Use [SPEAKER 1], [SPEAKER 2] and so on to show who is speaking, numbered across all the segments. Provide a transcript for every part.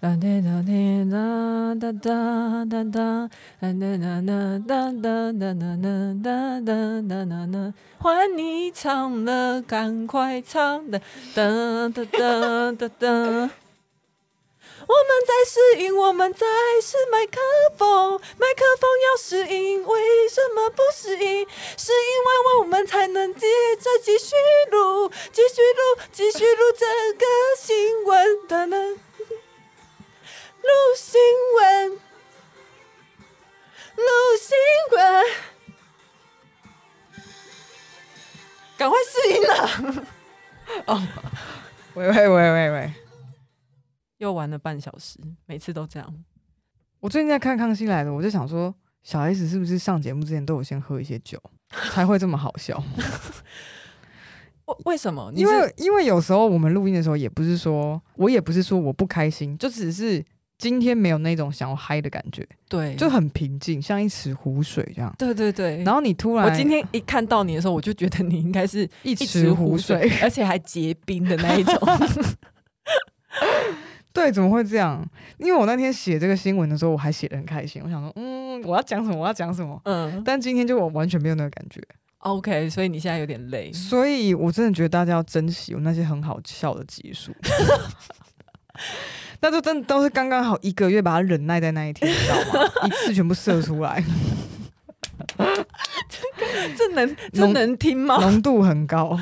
[SPEAKER 1] 哒滴哒滴哒哒哒哒哒，哒哒哒哒哒哒哒哒哒哒哒哒哒，换你唱了，赶快唱的，哒哒哒哒哒。我们在适应，我们在试麦克风，麦克风要适应，为什么不适应？是因为我们才能接着继续录，继续录，继续录这个新闻的呢，录新闻，录新闻，赶快啊适应了，
[SPEAKER 2] 喂喂喂喂喂，
[SPEAKER 1] 又玩了半小时，每次都这样。
[SPEAKER 2] 我最近在看《康熙来了》，我就想说，小 S 是不是上节目之前都有先喝一些酒，才会这么 好笑？
[SPEAKER 1] 为为什么？你
[SPEAKER 2] 因
[SPEAKER 1] 是
[SPEAKER 2] 为因为有时候我们录音的时候，也不是说我也不是说我不开心，就只是今天没有那种想要嗨的感觉，
[SPEAKER 1] 对，
[SPEAKER 2] 就很平静，像一池湖水这样。
[SPEAKER 1] 对对对，
[SPEAKER 2] 然后你突然，
[SPEAKER 1] 我今天一看到你的时候，我就觉得你应该是
[SPEAKER 2] 一
[SPEAKER 1] 一
[SPEAKER 2] 池
[SPEAKER 1] 池
[SPEAKER 2] 湖
[SPEAKER 1] 湖
[SPEAKER 2] 水
[SPEAKER 1] 水， ，而且还结冰的那一种。
[SPEAKER 2] 对，怎么会这样？因为我那天写这个新闻的时候，我还写的很开心，我想说，嗯，我要讲什么，我要讲什么。
[SPEAKER 1] 嗯
[SPEAKER 2] 但今天就我完全没有那个感觉，
[SPEAKER 1] ，OK，所以你现在有点累。
[SPEAKER 2] 所以我真的觉得大家要珍惜我那些很好笑的集数。 那就真的都是刚刚好一个月把它忍耐在那一天，你知道吗？一次全部射出来，
[SPEAKER 1] 这能这能听吗？
[SPEAKER 2] 浓度很高。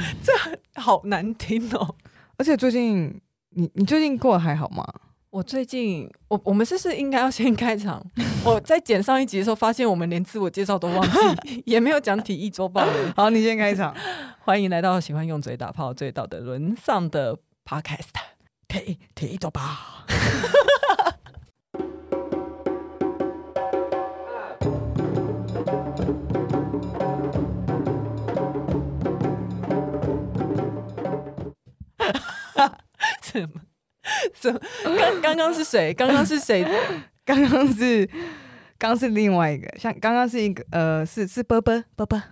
[SPEAKER 1] 好难听哦。
[SPEAKER 2] 而且最近你你最近过得还好吗？
[SPEAKER 1] 我最近，我我们是不是应该要先开场？我在剪上一集的时候，发现我们连自我介绍都忘记，也没有讲体育周报了。
[SPEAKER 2] 好，你先开场。
[SPEAKER 1] 欢迎来到喜欢用嘴打炮、最道德沦丧的 Podcast。
[SPEAKER 2] 提提走吧。
[SPEAKER 1] 什么？什么？刚刚刚是谁？刚刚是谁？
[SPEAKER 2] 刚刚是刚刚是另外一个，像刚刚是一个呃是是波波波波，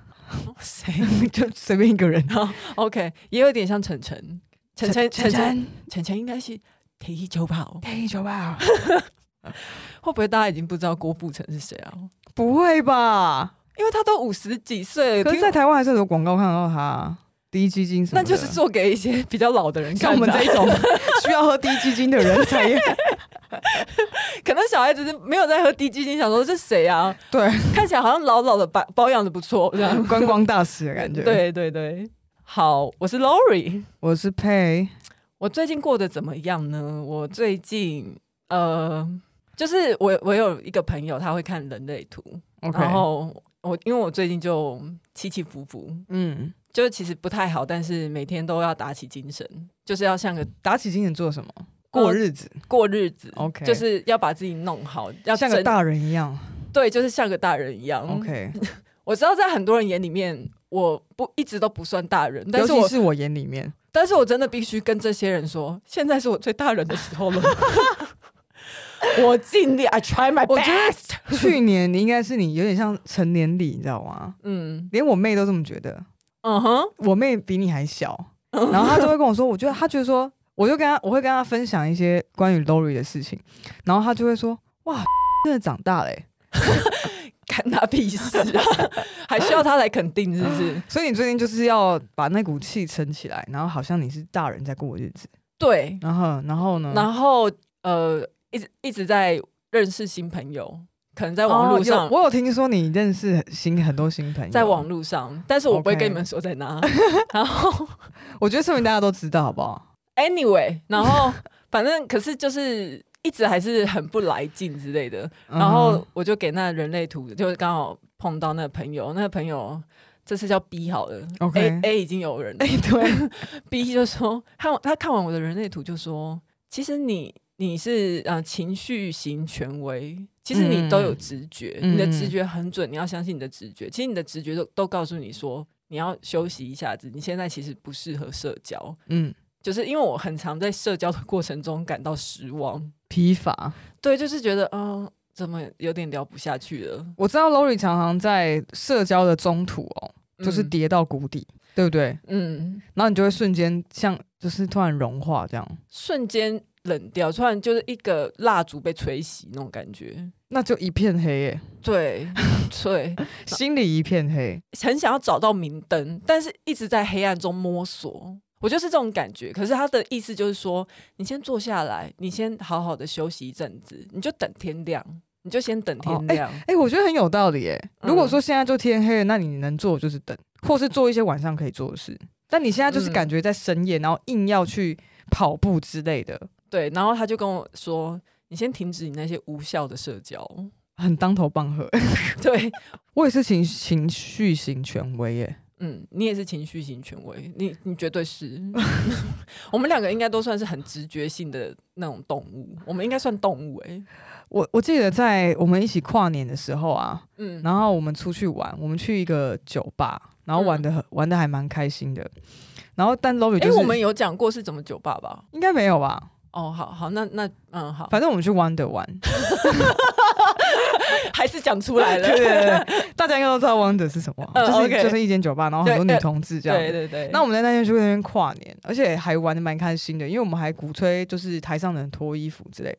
[SPEAKER 1] 谁？
[SPEAKER 2] 就随便一个人。
[SPEAKER 1] OK，也有点像晨晨，晨晨晨晨
[SPEAKER 2] 晨
[SPEAKER 1] 晨晨应该是踢球跑，
[SPEAKER 2] 提走吧，
[SPEAKER 1] 会不会大家已经不知道郭富城是谁啊？
[SPEAKER 2] 不会吧？
[SPEAKER 1] 因为他都五十几岁了，
[SPEAKER 2] 可是，
[SPEAKER 1] 听
[SPEAKER 2] 在台湾还是有广告看到他低基金什么
[SPEAKER 1] 那
[SPEAKER 2] 的，
[SPEAKER 1] 就是做给一些比较老的人
[SPEAKER 2] 像
[SPEAKER 1] 看
[SPEAKER 2] 我
[SPEAKER 1] 的
[SPEAKER 2] 们
[SPEAKER 1] 啊、
[SPEAKER 2] 这一种 需要喝低基金的人才
[SPEAKER 1] 可能小孩子是没有在喝低基金，想说这谁啊？
[SPEAKER 2] 对
[SPEAKER 1] 看起来好像老老的保保养的不错，这样
[SPEAKER 2] 观光大使的感觉。，
[SPEAKER 1] 对对对，好，我是 Lori，
[SPEAKER 2] 我是佩，
[SPEAKER 1] 我最近过得怎么样呢？我最近呃，就是我我有一个朋友，他会看人类图，
[SPEAKER 2] OK，
[SPEAKER 1] 然后我因为我最近就起起伏伏，
[SPEAKER 2] 嗯，
[SPEAKER 1] 就其实不太好，但是每天都要打起精神，就是要像个
[SPEAKER 2] 打起精神做什么？
[SPEAKER 1] 哦
[SPEAKER 2] 过日子
[SPEAKER 1] 过日子。
[SPEAKER 2] ，OK，
[SPEAKER 1] 就是要把自己弄好，要嗯
[SPEAKER 2] 像个
[SPEAKER 1] 真
[SPEAKER 2] 大人一样
[SPEAKER 1] 对，就是像个大人一样。
[SPEAKER 2] ，OK。
[SPEAKER 1] 我知道在很多人眼里面，我不一直都不算大人，但
[SPEAKER 2] 尤
[SPEAKER 1] 是
[SPEAKER 2] 其
[SPEAKER 1] 我
[SPEAKER 2] 是我眼里面，
[SPEAKER 1] 但是我真的必须跟这些人说，现在是我最大人的时候了。 我尽力，I try my
[SPEAKER 2] 我觉得
[SPEAKER 1] best。
[SPEAKER 2] 去年你应该是你有点像成年礼，你知道吗？
[SPEAKER 1] 嗯
[SPEAKER 2] 连我妹都这么觉得，
[SPEAKER 1] 嗯哼，
[SPEAKER 2] 我妹比你还小，
[SPEAKER 1] 嗯
[SPEAKER 2] 然后她都会跟我说，我觉得她觉得说，我就跟她，我会跟她分享一些关于 Lori 的事情，然后她就会说，哇，真的长大欸嘞、
[SPEAKER 1] 看他屁事啊！ 还需要他来肯定是不是？
[SPEAKER 2] 所以你最近就是要把那股气撑起来，然后好像你是大人在过日子，
[SPEAKER 1] 对，
[SPEAKER 2] 然后然后呢，
[SPEAKER 1] 然后呃，一直一直在认识新朋友，可能在网络上，
[SPEAKER 2] 哦有我有听说你认识新很多新朋友，
[SPEAKER 1] 在网，络上，但是我不会
[SPEAKER 2] OK
[SPEAKER 1] 跟你们说在 哪。然后
[SPEAKER 2] 我觉得说明大家都知道，好不好？
[SPEAKER 1] anyway，然后反正可是就是一直还是很不来劲之类的。
[SPEAKER 2] 嗯
[SPEAKER 1] 然后我就给那人类图，就刚好碰到那个朋友，那个朋友。这次叫 B 好了
[SPEAKER 2] OK
[SPEAKER 1] A A 已经有人了、
[SPEAKER 2] 嗯哼，对，
[SPEAKER 1] 哎 b 就说看他看完我的人类图就说，其实你你是呃情绪型权威，其实你都有直觉，
[SPEAKER 2] 嗯
[SPEAKER 1] 你的直觉很准，你要相信你的直觉。其实你的直觉都都告诉你说，你要休息一下子，你现在其实不适合社交。
[SPEAKER 2] 嗯，
[SPEAKER 1] 就是因为我很常在社交的过程中感到失望，
[SPEAKER 2] 疲乏。
[SPEAKER 1] 对，就是觉得嗯、呃怎么有点聊不下去了，
[SPEAKER 2] 我知道 Lori 常常在社交的中途哦，就是
[SPEAKER 1] 嗯
[SPEAKER 2] 跌到谷底，对不对？
[SPEAKER 1] 嗯，
[SPEAKER 2] 然后你就会瞬间像就是突然融化这样，
[SPEAKER 1] 瞬间冷掉，突然就是一个蜡烛被吹熄那种感觉。
[SPEAKER 2] 那就一片黑耶，
[SPEAKER 1] 对对，
[SPEAKER 2] 心里一片黑。
[SPEAKER 1] 很想要找到明灯，但是一直在黑暗中摸索。我就是这种感觉。可是他的意思就是说，你先坐下来，你先好好的休息一阵子，你就等天亮，你就先等天亮。
[SPEAKER 2] 哎、我觉得很有道理耶。如果
[SPEAKER 1] 嗯
[SPEAKER 2] 说现在就天黑了，那你能做的就是等，或是做一些晚上可以做的事。但你现在就是
[SPEAKER 1] 嗯
[SPEAKER 2] 感觉在深夜，然后硬要去跑步之类的，
[SPEAKER 1] 对，然后他就跟我说，你先停止你那些无效的社交。
[SPEAKER 2] 很当头棒喝。
[SPEAKER 1] 对，
[SPEAKER 2] 我也是情情绪型权威耶，
[SPEAKER 1] 嗯，你也是情绪型权威，你你绝对 是。我们两个应该都算是很直觉性的那种动物，我们应该算动物哎、
[SPEAKER 2] 我我记得在我们一起跨年的时候啊，
[SPEAKER 1] 嗯，
[SPEAKER 2] 然后我们出去玩，我们去一个酒吧，然后玩的很、玩的还蛮开心的。然后但 Lori
[SPEAKER 1] 哎、
[SPEAKER 2] 就
[SPEAKER 1] 嗯
[SPEAKER 2] 是、
[SPEAKER 1] 我们有讲过是怎么酒吧吧？
[SPEAKER 2] 应该没有吧？
[SPEAKER 1] 哦，好好，那那嗯好，
[SPEAKER 2] 反正我们去 Wonder 玩，
[SPEAKER 1] 还是讲出来了。
[SPEAKER 2] 对对对，大家应该都知道 Wonder 是什么，
[SPEAKER 1] 嗯
[SPEAKER 2] 就是、
[SPEAKER 1] OK
[SPEAKER 2] 就是一间酒吧，然后很多
[SPEAKER 1] 对
[SPEAKER 2] 女同志这样。
[SPEAKER 1] 对对对，
[SPEAKER 2] 那我们在那天去那边跨年，而且还玩的蛮开心的，因为我们还鼓吹就是台上的人脱衣服之类。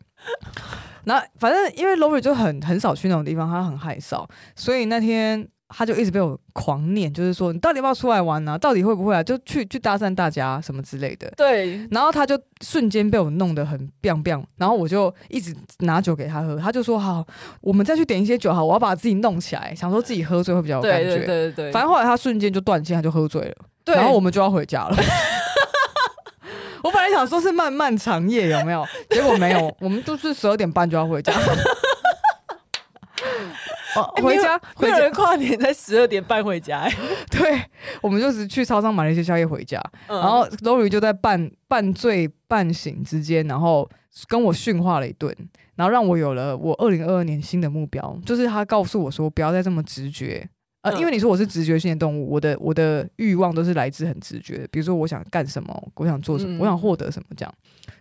[SPEAKER 2] 那反正因为 Lori 就很很少去那种地方，她很害臊，所以那天她就一直被我狂念，就是说你到底要不要出来玩呢、啊？到底会不会啊？就去去搭讪大家什么之类的。
[SPEAKER 1] 对
[SPEAKER 2] 然后她就瞬间被我弄得很 biang biang，然后我就一直拿酒给她喝，她就说好，我们再去点一些酒好，我要把自己弄起来，想说自己喝醉会比较有感
[SPEAKER 1] 对
[SPEAKER 2] 觉。
[SPEAKER 1] 对对对对，
[SPEAKER 2] 反正后来她瞬间就断线，她就喝醉了。
[SPEAKER 1] 对，
[SPEAKER 2] 然后我们就要回家了。我本来想说是漫漫长夜有没有，结果没 有，我们就是十二点半就要回家。哦，
[SPEAKER 1] 哎没
[SPEAKER 2] 回
[SPEAKER 1] 有
[SPEAKER 2] 家
[SPEAKER 1] 会
[SPEAKER 2] 回
[SPEAKER 1] 有
[SPEAKER 2] 家，
[SPEAKER 1] 人跨年在十二点半回 家、哎
[SPEAKER 2] 对，我们就是去超商买了一些宵夜回家，
[SPEAKER 1] 嗯
[SPEAKER 2] 然后 Lori 就在半半醉半醒之间，然后跟我训话了一顿，然后让我有了我二零二二年新的目标，就是他告诉我说不要再这么直觉。呃，
[SPEAKER 1] 嗯
[SPEAKER 2] 因为你说我是直觉性的动物，我的我的欲望都是来自很直觉的，比如说我想干什么，我想做什么，
[SPEAKER 1] 嗯
[SPEAKER 2] 我想获得什么这样。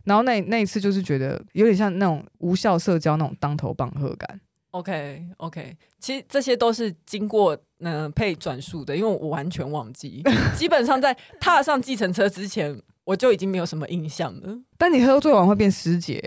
[SPEAKER 2] 然后那那一次就是觉得有点像那种无效社交那种当头棒喝感，
[SPEAKER 1] OK OK，其实这些都是经过嗯、呃配转述的，因为我完全忘记，基本上在踏上计程车之前，我就已经没有什么印象了。
[SPEAKER 2] 但你喝醉完会变师姐，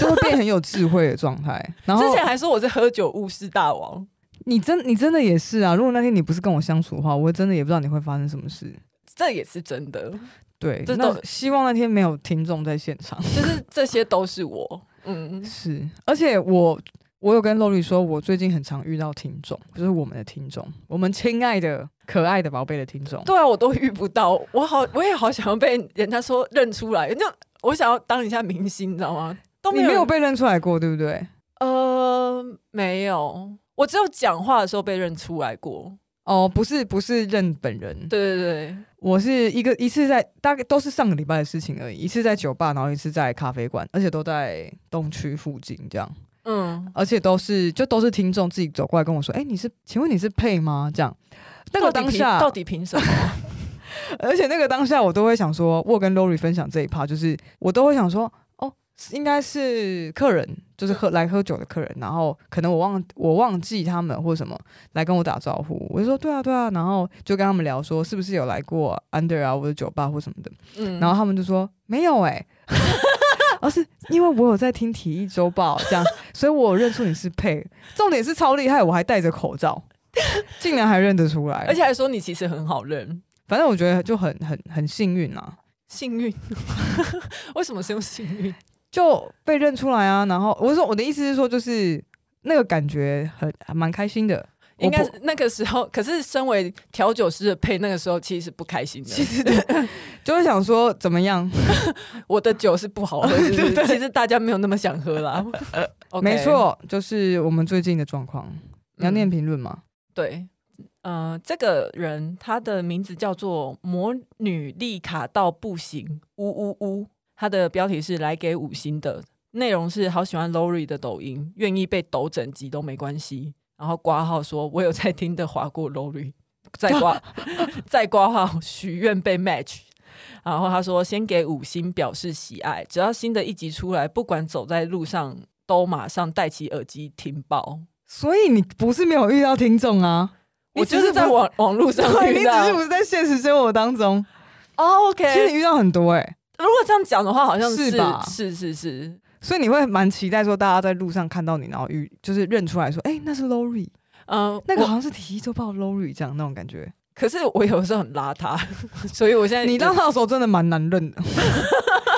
[SPEAKER 2] 就会变很有智慧的状态。然 后
[SPEAKER 1] 之前还说我是喝酒误事大王，
[SPEAKER 2] 你真你真的也是啊！如果那天你不是跟我相处的话，我真的也不知道你会发生什么事。
[SPEAKER 1] 这也是真的，
[SPEAKER 2] 对，
[SPEAKER 1] 这
[SPEAKER 2] 那
[SPEAKER 1] 都嗯
[SPEAKER 2] 希望那天没有听众在现场。
[SPEAKER 1] 就是这些都是我。嗯，
[SPEAKER 2] 是，而且我我有跟 Lori 说，我最近很常遇到听众，就是我们的听众，我们亲爱的、可爱的宝贝的听众。
[SPEAKER 1] 对啊，我都遇不到，我好，我也好想要被人家说认出来，就我想要当一下明星，你知道吗？都
[SPEAKER 2] 你没
[SPEAKER 1] 人
[SPEAKER 2] 有被认出来过，对不对？
[SPEAKER 1] 呃，没有，我只有讲话的时候被认出来过。
[SPEAKER 2] 哦，不是，不是认本人，
[SPEAKER 1] 对对对，
[SPEAKER 2] 我是一个一次在大概都是上个礼拜的事情而已，一次在酒吧，然后一次在咖啡馆，而且都在东区附近这样。
[SPEAKER 1] 嗯，
[SPEAKER 2] 而且都是就都是听众自己走过来跟我说：“哎、你是请问你是配吗？”这样，那个
[SPEAKER 1] 到底
[SPEAKER 2] 当
[SPEAKER 1] 凭
[SPEAKER 2] 下，
[SPEAKER 1] 到底凭什么？
[SPEAKER 2] 而且那个当下，我都会想说，我有跟 Lori 分享这一趴，就是我都会想说，哦，是应该是客人，就是喝来喝酒的客人，然后可能我忘我忘记他们或什么来跟我打招呼，我就说对啊对啊，然后就跟他们聊说是不是有来过 Under 啊我的酒吧或什么的，
[SPEAKER 1] 嗯，
[SPEAKER 2] 然后他们就说没有哎、 而、是因为我有在听《体育周报》这样，所以我有认出你是佩。重点是超厉害，我还戴着 口罩，竟然还认得出来。
[SPEAKER 1] 而且还说你其实很好认，
[SPEAKER 2] 反正我觉得就很很很幸运啊啦，
[SPEAKER 1] 幸运。 为什么是用幸运？
[SPEAKER 2] 就被认出来啊。然后我是说我的意思是说，就是那个感觉很还蛮开心的。
[SPEAKER 1] 应该
[SPEAKER 2] 我
[SPEAKER 1] 是
[SPEAKER 2] 不
[SPEAKER 1] 那个时候，可是身为调酒师的配，那个时候其实是不开心
[SPEAKER 2] 其
[SPEAKER 1] 的。
[SPEAKER 2] 实就会想说怎么样，
[SPEAKER 1] 我的酒是不好 喝，是不是其实大家没有那么想喝啦。OK
[SPEAKER 2] 呃没，错，就是我们最近的状况。你要
[SPEAKER 1] 嗯
[SPEAKER 2] 念评论吗？
[SPEAKER 1] 对，呃，这个人他的名字叫做魔女丽卡到不行，呜呜呜。他的标题是来给五星的，内容是好喜欢 Lori 的抖音，愿意被抖整集都没关系。然后挂号说，我有在听的划过 Lori，再 挂再挂号许愿被 match。然后他说，先给五星表示喜爱，只要新的一集出来，不管走在路上都马上戴起耳机听爆。
[SPEAKER 2] 所以你不是没有遇到听众啊？
[SPEAKER 1] 我
[SPEAKER 2] 你只
[SPEAKER 1] 就是在
[SPEAKER 2] 不
[SPEAKER 1] 网网络上
[SPEAKER 2] 对，你
[SPEAKER 1] 遇
[SPEAKER 2] 只
[SPEAKER 1] 到
[SPEAKER 2] 是不是在现实生活当中，
[SPEAKER 1] 哦
[SPEAKER 2] 其实
[SPEAKER 1] ，OK，
[SPEAKER 2] 你遇到很多哎、
[SPEAKER 1] 不如果这样讲的话，好像
[SPEAKER 2] 是
[SPEAKER 1] 是
[SPEAKER 2] 吧
[SPEAKER 1] 是是是，
[SPEAKER 2] 所以你会蛮期待说大家在路上看到你，然后遇就是认出来说，哎、那是 Lori，
[SPEAKER 1] 嗯，
[SPEAKER 2] 那个
[SPEAKER 1] 我
[SPEAKER 2] 好像是体育周报 Lori 这样那种感觉。
[SPEAKER 1] 可是我有时候很邋遢，所以我现在
[SPEAKER 2] 你当到时候真的蛮难认 的，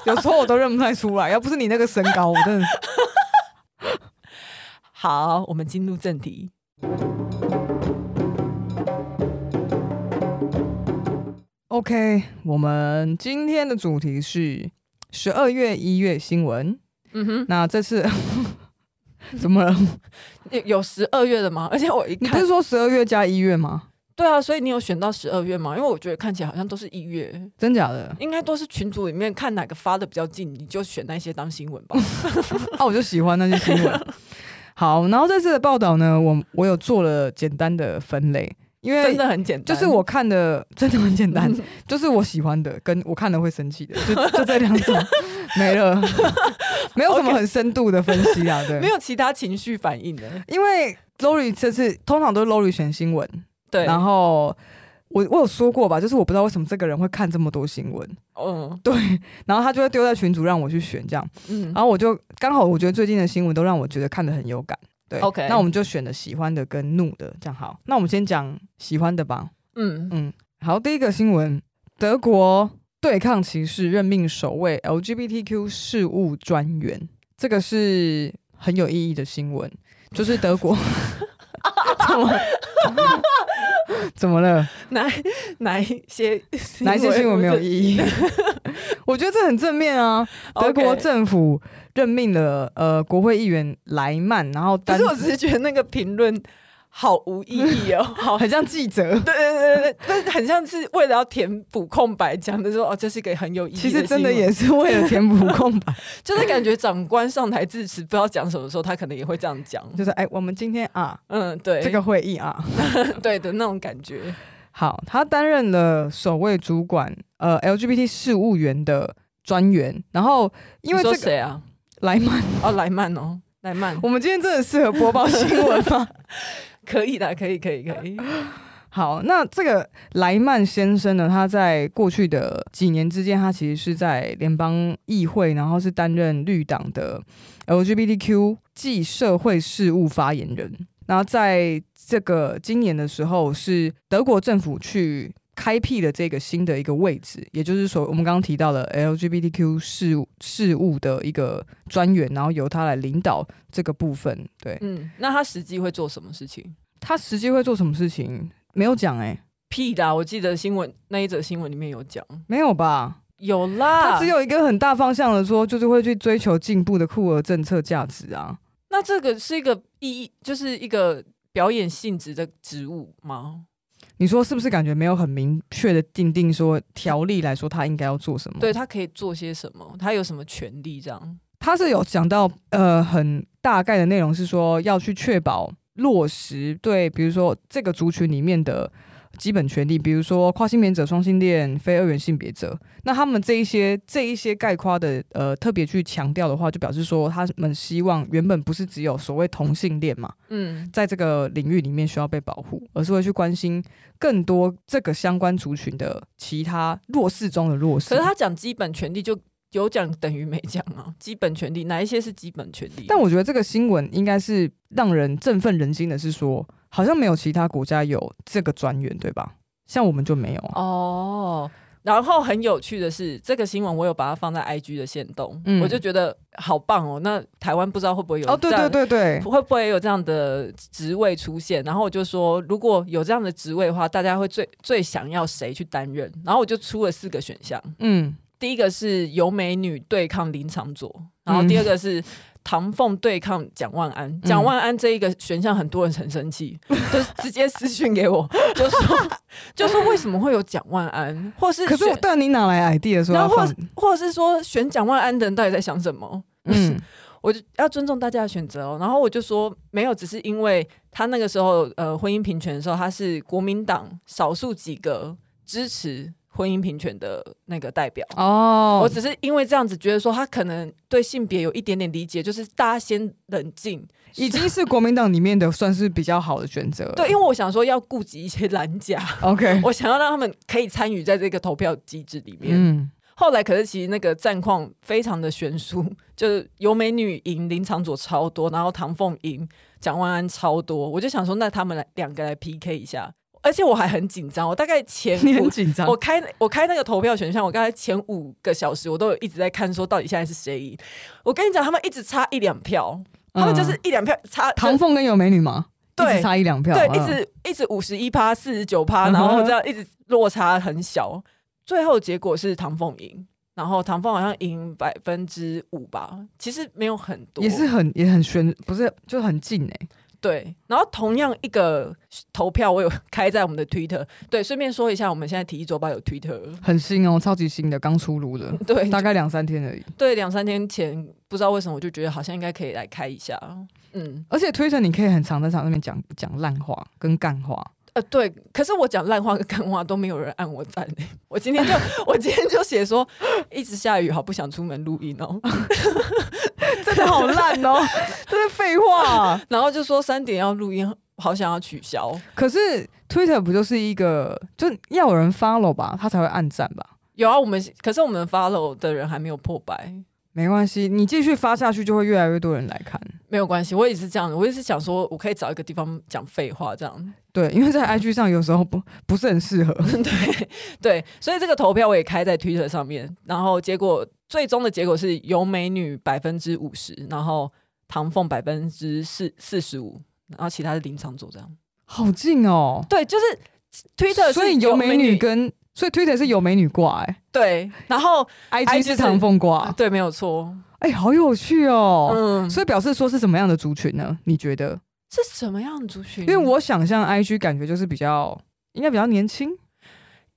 [SPEAKER 2] 有时候我都认不太出来。要不是你那个身高，我真的
[SPEAKER 1] 好，我们进入正题。
[SPEAKER 2] OK。我们今天的主题是十二月一月新闻。
[SPEAKER 1] 嗯哼，
[SPEAKER 2] 那这次 怎么了？
[SPEAKER 1] 有有十二月的吗？而且我一
[SPEAKER 2] 你不
[SPEAKER 1] 看
[SPEAKER 2] 是，说十二月加一月吗？
[SPEAKER 1] 对啊，所以你有选到十二月吗？因为我觉得看起来好像都是一月，
[SPEAKER 2] 真假的？
[SPEAKER 1] 应该都是群组里面看哪个发的比较近，你就选那些当新闻吧。
[SPEAKER 2] 啊，我就喜欢那些新闻。好，然后这次的报道呢，我我有做了简单的分类，因
[SPEAKER 1] 真
[SPEAKER 2] 为
[SPEAKER 1] 的很嗯简单，
[SPEAKER 2] 就是我看的 真的很简单，就是我喜欢的跟我看了会生气的， 就就这两种没了，没有什么
[SPEAKER 1] OK
[SPEAKER 2] 很深度的分析啊，对
[SPEAKER 1] 没，有其他情绪反应的。
[SPEAKER 2] 因为 Lori 这次通常都是 Lori 选新闻，
[SPEAKER 1] 对，
[SPEAKER 2] 然后。我我有说过吧，就是我不知道为什么这个人会看这么多新闻，
[SPEAKER 1] 嗯
[SPEAKER 2] 然后他就会丢在群组让我去选这样，
[SPEAKER 1] 嗯
[SPEAKER 2] 然后我就刚好，我觉得最近的新闻都让我觉得看得很有感。对
[SPEAKER 1] OK
[SPEAKER 2] 那我们就选了喜欢的跟怒的，这样好。那我们先讲喜欢的吧。
[SPEAKER 1] 嗯，
[SPEAKER 2] 嗯，好，第一个新闻，德国对抗歧视，任命首位 LGBTQ 事务专员，这个是很有意义的新闻，就是德国怎么怎么了？
[SPEAKER 1] 哪哪一些
[SPEAKER 2] 哪一些新闻没有
[SPEAKER 1] 义？
[SPEAKER 2] 意义？ 我觉得这很正面啊！德国
[SPEAKER 1] OK
[SPEAKER 2] 政府任命了呃国会议员莱曼，然后
[SPEAKER 1] 不
[SPEAKER 2] 担
[SPEAKER 1] 是，我只是觉得那个评论好无意义哦， 好。
[SPEAKER 2] 很像记者。
[SPEAKER 1] 对对对对，但是很像是为了要填补空白，讲的说哦，这是一个很有意义
[SPEAKER 2] 其
[SPEAKER 1] 新
[SPEAKER 2] 实
[SPEAKER 1] 闻
[SPEAKER 2] 真的也是为了填补空白，
[SPEAKER 1] 就是感觉长官上台致辞，不知道讲什么时候，他可能也会这样讲。
[SPEAKER 2] 就是哎，我们今天啊，
[SPEAKER 1] 嗯，对，
[SPEAKER 2] 这个会议啊，
[SPEAKER 1] 对的那种感觉。
[SPEAKER 2] 好，他担任了首位主管呃 LGBT 事务员的专员，然后因为
[SPEAKER 1] 你说
[SPEAKER 2] 这个
[SPEAKER 1] 谁啊？
[SPEAKER 2] 莱曼，
[SPEAKER 1] 哦，莱曼哦，莱曼
[SPEAKER 2] 我们今天真的适合播报新闻吗？
[SPEAKER 1] 可以的，可以，可以，可以。
[SPEAKER 2] 好，那这个莱曼先生呢，他在过去的几年之间，他其实是在联邦议会，然后是担任绿党的 LGBTQ 暨社会事务发言人。然后在这个今年的时候，是德国政府去开辟了这个新的一个位置，也就是说，我们刚刚提到了 LGBTQ 事务事务的一个专员，然后由他来领导这个部分。对
[SPEAKER 1] 嗯，那他实际会做什么事情？
[SPEAKER 2] 他实际会做什么事情，没有讲哎、
[SPEAKER 1] 屁的啊，我记得新闻那一则新闻里面有讲，
[SPEAKER 2] 没有吧？
[SPEAKER 1] 有啦。
[SPEAKER 2] 他只有一个很大方向的说，就是会去追求进步的酷儿政策价值啊。
[SPEAKER 1] 那这个是一个意义，就是一个表演性质的职务吗？
[SPEAKER 2] 你说是不是感觉没有很明确的定定说条例来说他应该要做什么？
[SPEAKER 1] 对，他可以做些什么？他有什么权利？这样？
[SPEAKER 2] 他是有讲到呃很大概的内容是说要去确保落实对，比如说这个族群里面的基本权利，比如说跨性别者、双性恋、非二元性别者，那他们这一 些这一些概括的呃特别去强调的话，就表示说他们希望原本不是只有所谓同性恋嘛，
[SPEAKER 1] 嗯
[SPEAKER 2] 在这个领域里面需要被保护，而是会去关心更多这个相关族群的其他弱势中的弱势。
[SPEAKER 1] 可是他讲基本权利就有讲等于没讲啊，基本权利哪一些是基本权利？啊
[SPEAKER 2] 但我觉得这个新闻应该是让人振奋人心的，是说好像没有其他国家有这个专员，对吧？像我们就没有啊。
[SPEAKER 1] 哦。然后很有趣的是，这个新闻我有把它放在 IG 的线动，
[SPEAKER 2] 嗯
[SPEAKER 1] 我就觉得好棒哦。那台湾不知道会不会有
[SPEAKER 2] 哦，对
[SPEAKER 1] 这
[SPEAKER 2] 对
[SPEAKER 1] 样
[SPEAKER 2] 对对，
[SPEAKER 1] 会不会有这样的职位出现？然后我就说，如果有这样的职位的话，大家会最最想要谁去担任？然后我就出了四个选项，
[SPEAKER 2] 嗯，
[SPEAKER 1] 第一个是由美女对抗林长佐，然后
[SPEAKER 2] 嗯
[SPEAKER 1] 第二个是。唐凤对抗蒋万安，蒋万安这一个选项很多人很生气，
[SPEAKER 2] 嗯
[SPEAKER 1] 就直接私讯给我，就说就说为什么会有蒋万安，或是
[SPEAKER 2] 可是我
[SPEAKER 1] 选
[SPEAKER 2] 但你哪来 idea 说
[SPEAKER 1] 然
[SPEAKER 2] 要
[SPEAKER 1] 后或
[SPEAKER 2] 放
[SPEAKER 1] 是？或者是说选蒋万安的人到底在想什么？嗯，
[SPEAKER 2] 嗯，
[SPEAKER 1] 我就要尊重大家的选择哦。然后我就说没有，只是因为他那个时候呃婚姻平权的时候，他是国民党少数几个支持婚姻平权的那个代表。我
[SPEAKER 2] 哦，
[SPEAKER 1] 只是因为这样子觉得说他可能对性别有一点点理解，就是大家先冷静。
[SPEAKER 2] 已经是国民党里面的算是比较好的选择了。
[SPEAKER 1] 对，因为我想说要顾及一些蓝甲，
[SPEAKER 2] ，OK，
[SPEAKER 1] 我想要让他们可以参与在这个投票机制里面。
[SPEAKER 2] 嗯，
[SPEAKER 1] 后来可是其实那个战况非常的悬殊， 就是有美女赢林长佐超多，然后唐凤赢蒋万安超多，我就想说那他们来两个来 PK 一下，而且我还很紧张，我大概前
[SPEAKER 2] 你
[SPEAKER 1] 五
[SPEAKER 2] 很紧张
[SPEAKER 1] 我，开我开那个投票选项，我刚才前五个小时我都有一直在看，说到底现在是谁赢。我跟你讲，他们一直差一两票，他们就是
[SPEAKER 2] 嗯
[SPEAKER 1] 一两票差
[SPEAKER 2] 唐凤跟有美女吗？
[SPEAKER 1] 对
[SPEAKER 2] 一直差一两票，
[SPEAKER 1] 对，
[SPEAKER 2] 嗯
[SPEAKER 1] 一直一直五十一趴、四十九趴，
[SPEAKER 2] 嗯哼
[SPEAKER 1] 然后这样一直落差很小，最后结果是唐凤赢，然后唐凤好像赢百分之五吧，其实没有很多，
[SPEAKER 2] 也是很也很悬，不是就很近哎、
[SPEAKER 1] 对，然后同样一个投票，我有 开在我们的 Twitter。对，顺便说一下，我们现在体育周报有 Twitter。
[SPEAKER 2] 很新哦，超级新的，刚出炉 的，
[SPEAKER 1] 对
[SPEAKER 2] 大概两三天而已。
[SPEAKER 1] 对，两三天前不知道为什么，我就觉得好像应该可以来开一下。嗯，
[SPEAKER 2] 而且 Twitter 你可以很常在上面讲讲烂话跟干话，
[SPEAKER 1] 呃，对，可是我讲烂话跟干话都没有人按我赞、欸、我今天就我今天就写说，一直下雨，好不想出门录音哦。
[SPEAKER 2] 真的好烂 哦，这是废话、
[SPEAKER 1] 然后就说三点要录音，好想要取消。
[SPEAKER 2] 可是 Twitter 不就是一个就要有人 follow 吧，他才会按赞吧？
[SPEAKER 1] 有啊，我们可是我们 follow 的人还没有破百，
[SPEAKER 2] 没关系，你继续发下去，就会越来越多人来看。
[SPEAKER 1] 没有关系。我也是这样的，我也是想说，我可以找一个地方讲废话这样。
[SPEAKER 2] 对，因为在 IG 上有时候不不是很适合。
[SPEAKER 1] 对对，所以这个投票我也开在 Twitter 上面，然后结果最终的结果是由美女百分之五十，然后唐凤百分之四四十五，然后其他是林场佐这样。
[SPEAKER 2] 好近哦
[SPEAKER 1] 对，就是 Twitter
[SPEAKER 2] 所以
[SPEAKER 1] 有
[SPEAKER 2] 有美女跟所以 Twitter 是有美女挂哎、
[SPEAKER 1] 对，然后
[SPEAKER 2] i
[SPEAKER 1] IG
[SPEAKER 2] g 是
[SPEAKER 1] 是
[SPEAKER 2] 唐凤挂，
[SPEAKER 1] 对，没有错，
[SPEAKER 2] 哎、好有趣啊哦。
[SPEAKER 1] 嗯，
[SPEAKER 2] 所以表示说是什么样的族群呢？你觉得？
[SPEAKER 1] 是什么样的族群？
[SPEAKER 2] 因为我想象 IG 感觉就是比较应该比较年轻，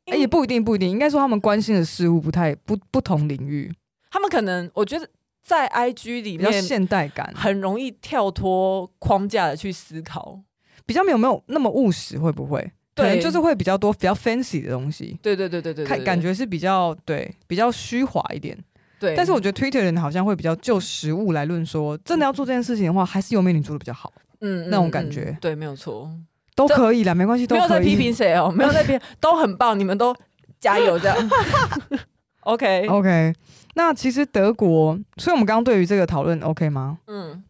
[SPEAKER 2] 哎、
[SPEAKER 1] 因
[SPEAKER 2] 也不一定不一定，应该说他们关心的事物不太不不同领域，
[SPEAKER 1] 他们可能我觉得在 IG 里
[SPEAKER 2] 比较
[SPEAKER 1] 面
[SPEAKER 2] 现代感，
[SPEAKER 1] 很容易跳脱框架的去思考。
[SPEAKER 2] 比较没有没有那么务实，会不会？可能
[SPEAKER 1] 对
[SPEAKER 2] 就是会比较多比较 fancy 的东西，
[SPEAKER 1] 对对对对对对
[SPEAKER 2] 看
[SPEAKER 1] 对
[SPEAKER 2] 感觉是比较对比较虚华一点。
[SPEAKER 1] 对，嗯
[SPEAKER 2] 但是我觉得 Twitter 人好像会比较就实物来论说，真的要做这件事情的话，还是由美女做的比较好，
[SPEAKER 1] 嗯嗯
[SPEAKER 2] 那种感
[SPEAKER 1] 嗯
[SPEAKER 2] 觉
[SPEAKER 1] 对，没有错。
[SPEAKER 2] 都可以啦，没关系，都
[SPEAKER 1] 没有在
[SPEAKER 2] 可
[SPEAKER 1] 批
[SPEAKER 2] 以。
[SPEAKER 1] 评谁哦，没有在批评，都很棒，你们都加油这 样。OK，
[SPEAKER 2] OK，那其实德国，所以我们刚刚对于这个讨论 OK 吗？
[SPEAKER 1] 嗯，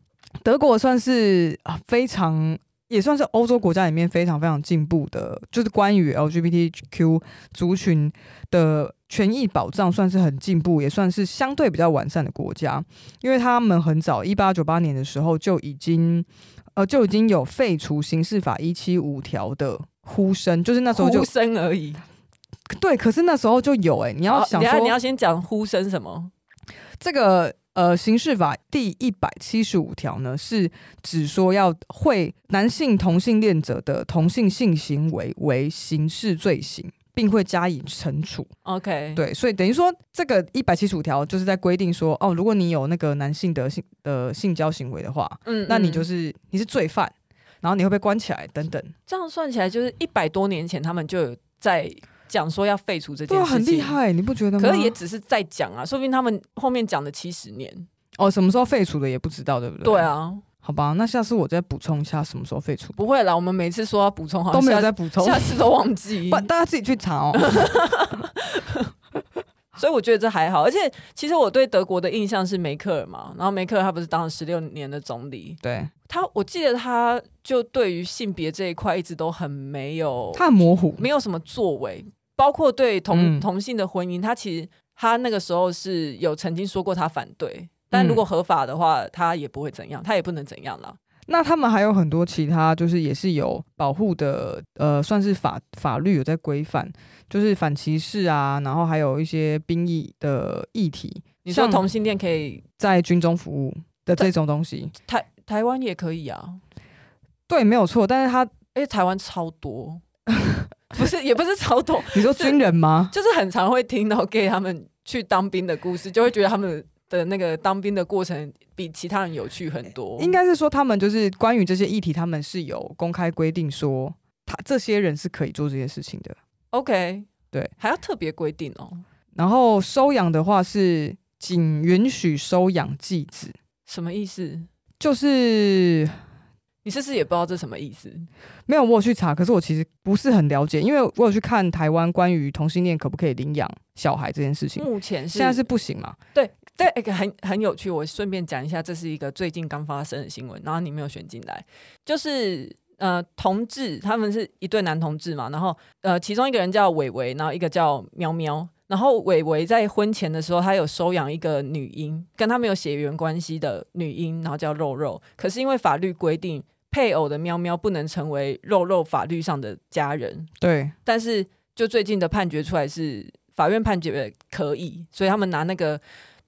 [SPEAKER 2] 德国算是啊非常。也算是欧洲国家里面非常非常进步的，就是关于 LGBTQ 族群的权益保障，算是很进步，也算是相对比较完善的国家。因为他们很早，一八九八年的时候就已经，呃，就已经有废除刑事法一七五条的呼声，就是那时候就
[SPEAKER 1] 呼声而已。
[SPEAKER 2] 对，可是那时候就有哎、你要
[SPEAKER 1] 好
[SPEAKER 2] 想
[SPEAKER 1] 等一
[SPEAKER 2] 说
[SPEAKER 1] 哦下你要先讲呼声什么？
[SPEAKER 2] 这个呃刑事法第一百七十五条呢，是指说要会男性同性恋者的同性性行为为刑事罪行。并会加以惩处，
[SPEAKER 1] OK，，
[SPEAKER 2] 对，所以等于说这个一百七十五条就是在规定说，哦，如果你有那个男性的性呃性交行为的话，
[SPEAKER 1] 嗯
[SPEAKER 2] 那你就
[SPEAKER 1] 嗯
[SPEAKER 2] 是你是罪犯，然后你会被关起来等等，
[SPEAKER 1] 这样算起来，就是一百多年前他们就有在讲说要废除这件
[SPEAKER 2] 对啊，
[SPEAKER 1] 事情，
[SPEAKER 2] 很厉。害，你不觉得吗？
[SPEAKER 1] 可是也只是在讲啊，说不定他们后面讲了七十年。
[SPEAKER 2] 哦，什么时候废除的也不知道，对不对？
[SPEAKER 1] 对，啊，
[SPEAKER 2] 好吧，那下次我再补充一下什么时候废除，
[SPEAKER 1] 不会啦，我们每次说要补充，好
[SPEAKER 2] 都
[SPEAKER 1] 像
[SPEAKER 2] 没有
[SPEAKER 1] 下
[SPEAKER 2] 再补 充，
[SPEAKER 1] 下次都忘 记。
[SPEAKER 2] 不，大家自己去查哦。
[SPEAKER 1] 所以我觉得这还好，而且其实我对德国的印象是梅克尔嘛，然后梅克尔他不是当了十六年的总理，
[SPEAKER 2] 对，
[SPEAKER 1] 他我记得他就对于性别这一块一直都很没有，
[SPEAKER 2] 它很模糊，
[SPEAKER 1] 没有什么作为，包括对同、
[SPEAKER 2] 嗯
[SPEAKER 1] 同性的婚姻，他其实他那个时候是有曾经说过他反对，
[SPEAKER 2] 嗯
[SPEAKER 1] 但如果合法的话，他也不会怎样，他也不能怎样啦。
[SPEAKER 2] 那他们还有很多其他，就是也是有保护的，呃，算是法法律有在规范，就是反歧视啊，然后还有一些兵役的议题，
[SPEAKER 1] 你说
[SPEAKER 2] 像
[SPEAKER 1] 同性恋可以，
[SPEAKER 2] 在军中服务的这种东西，
[SPEAKER 1] 台台湾也可以啊，
[SPEAKER 2] 对，没有错。但是他，
[SPEAKER 1] 而且台湾超 多，不是也不是超多，
[SPEAKER 2] 你说军 人吗？
[SPEAKER 1] 就是很常会听到 gay 他们去当兵的故事，就会觉得他们的那个当兵的过程比其他人有趣很多。
[SPEAKER 2] 应该是说他们就是关于这些议题，他们是有公开规定说，他这些人是可以做这些事情的。
[SPEAKER 1] OK，
[SPEAKER 2] 对，
[SPEAKER 1] 还要特别规定哦，
[SPEAKER 2] 然后收养的话是仅允许收养继子，
[SPEAKER 1] 什么意思？
[SPEAKER 2] 就是
[SPEAKER 1] 你你是不是也不知道这什么意思？
[SPEAKER 2] 没有，我有去查，可是我其实不是很了解，因为我有去看台湾关于同性恋可不可以领养小孩这件事情，
[SPEAKER 1] 目前嗯是
[SPEAKER 2] 现在是不行嘛？
[SPEAKER 1] 对，哎很很有趣。我顺便讲一下，这是一个最近刚发生的新闻，然后你没有选进来，就是。呃，同志他们是一对男同志嘛，然后呃，其中一个人叫伟伟，然后一个叫喵喵。然后伟伟在婚前的时候，他有收养一个女婴，跟他没有血缘关系的女婴，然后叫肉肉。可是因为法律规定，配偶的喵喵不能成为肉肉法律上的家人，
[SPEAKER 2] 对，
[SPEAKER 1] 但是就最近的判决出来是法院判决可以，所以他们拿那个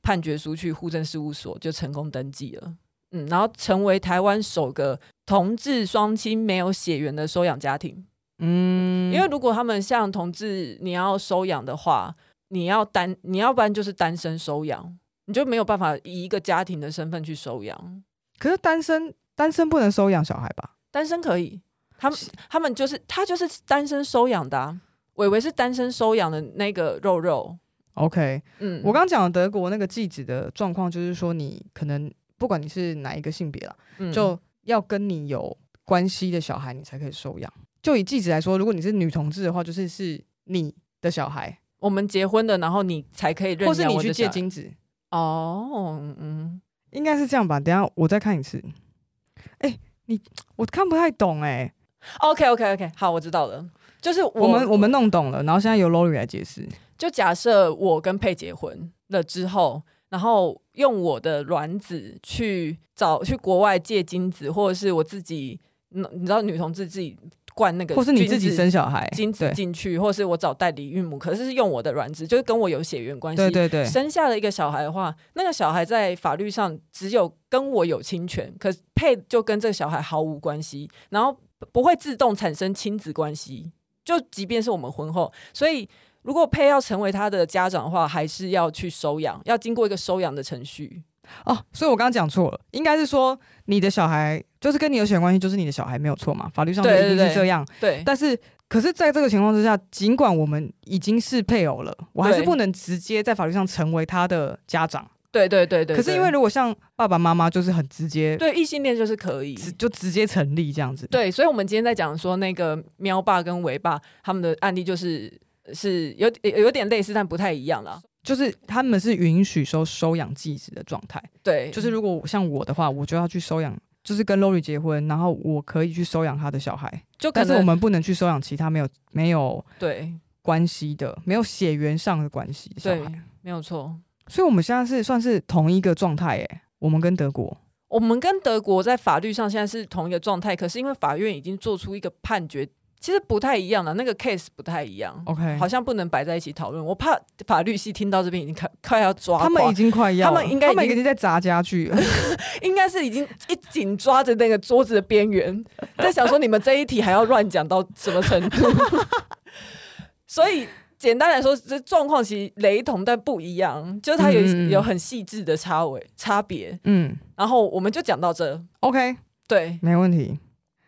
[SPEAKER 1] 判决书去户政事务所就成功登记了。嗯，然后成为台湾首个同志双亲没有血缘的收养家庭，
[SPEAKER 2] 嗯，
[SPEAKER 1] 因为如果他们像同志你要收养的话，你要单你要不然就是单身收养，你就没有办法以一个家庭的身份去收养。
[SPEAKER 2] 可是单身单身不能收养小孩吧？
[SPEAKER 1] 单身可以，他们他们就是他就是单身收养的、啊，伟伟是单身收养的那个肉肉，
[SPEAKER 2] OK，
[SPEAKER 1] 嗯，
[SPEAKER 2] 我刚讲的德国那个寄子的状况，就是说你可能不管你是哪一个性别啦，
[SPEAKER 1] 嗯
[SPEAKER 2] 就要跟你有关系的小孩，你才可以收养。就以寄子来说，如果你是女同志的话，就是是你的小孩，
[SPEAKER 1] 我们结婚的，然后你才可以认
[SPEAKER 2] 或是
[SPEAKER 1] 养
[SPEAKER 2] 你
[SPEAKER 1] 我
[SPEAKER 2] 去
[SPEAKER 1] 的
[SPEAKER 2] 借
[SPEAKER 1] 小孩。
[SPEAKER 2] 精子，
[SPEAKER 1] 哦，嗯，
[SPEAKER 2] 应该是这样吧？等一下我再看一次。哎、你我看不太懂哎、
[SPEAKER 1] ，OK OK OK，好，我知道了。就是我
[SPEAKER 2] 我们我们弄懂了，然后现在由 Lori 来解释。
[SPEAKER 1] 就假设我跟佩结婚了之后，然后用我的卵子去找去国外借精子，或者是我自己，嗯你知道女同志自己灌那个，
[SPEAKER 2] 或是你自己生。小孩，
[SPEAKER 1] 精子
[SPEAKER 2] 对
[SPEAKER 1] 进去，或是我找代理孕母，可是是用我的卵子，就是跟我有血缘关系
[SPEAKER 2] 对，对对，
[SPEAKER 1] 生下了一个小孩的话，那个小孩在法律上只有跟我有侵权，可是配就跟这个小孩毫无关系，然后不会自动产生亲子关系，就即便是我们婚后，所以如果配要成为他的家长的话，还是要去收养，要经过一个收养的程序。
[SPEAKER 2] 哦，所以我刚刚讲错了，应该是说你的小孩就是跟你有血缘关系，就是你的小孩没有错嘛，法律上就
[SPEAKER 1] 对
[SPEAKER 2] 一定
[SPEAKER 1] 对
[SPEAKER 2] 是
[SPEAKER 1] 对
[SPEAKER 2] 这样。
[SPEAKER 1] 对，
[SPEAKER 2] 但是，可是在这个情况之下，尽管我们已经是配偶了，我还是
[SPEAKER 1] 对
[SPEAKER 2] 不能直接在法律上成为他的家长。
[SPEAKER 1] 对对对对。
[SPEAKER 2] 可是因为如果像爸爸妈妈，就是很直接，
[SPEAKER 1] 对异性恋就是可以，
[SPEAKER 2] 直就直接成立这样子。，
[SPEAKER 1] 对，所以我们今天在讲说那个喵爸跟维爸他们的案例就是。是有有点类似，但不太一样啦。
[SPEAKER 2] 就是他们是允许收收养继子的状态。
[SPEAKER 1] 对，
[SPEAKER 2] 就是如果像我的话，我就要去收养，就是跟 Lori 结婚，然后我可以去收养他的小孩，
[SPEAKER 1] 就可
[SPEAKER 2] 但是我
[SPEAKER 1] 能
[SPEAKER 2] 们不能去收养其他没有没有
[SPEAKER 1] 对
[SPEAKER 2] 关系的、没有血缘上的关系的小
[SPEAKER 1] 对
[SPEAKER 2] 孩。，
[SPEAKER 1] 没有错。
[SPEAKER 2] 所以我们现在是算是同一个状态诶，我们跟德国。
[SPEAKER 1] 我们跟德国在法律上现在是同一个状态，可是因为法院已经做出一个判决，其实不太一样了，那个 case 不太一样
[SPEAKER 2] 哦 OK，
[SPEAKER 1] 好像不能摆在一起讨论。我怕法律系听到这边已经快快要抓
[SPEAKER 2] 他们
[SPEAKER 1] 狂
[SPEAKER 2] 已经快要了，
[SPEAKER 1] 他们应该已经
[SPEAKER 2] 他们已经在砸家具 了。
[SPEAKER 1] 应该是已经一紧抓着那个桌子的边缘，在想说你们这一题还要乱讲到什么程度。 所以简单来说，这状况其实雷同但不一样，就是它有、
[SPEAKER 2] 嗯嗯嗯
[SPEAKER 1] 有很细致的差尾差别。
[SPEAKER 2] 嗯
[SPEAKER 1] 然后我们就讲到这，
[SPEAKER 2] ，OK，
[SPEAKER 1] 对，
[SPEAKER 2] 没问题。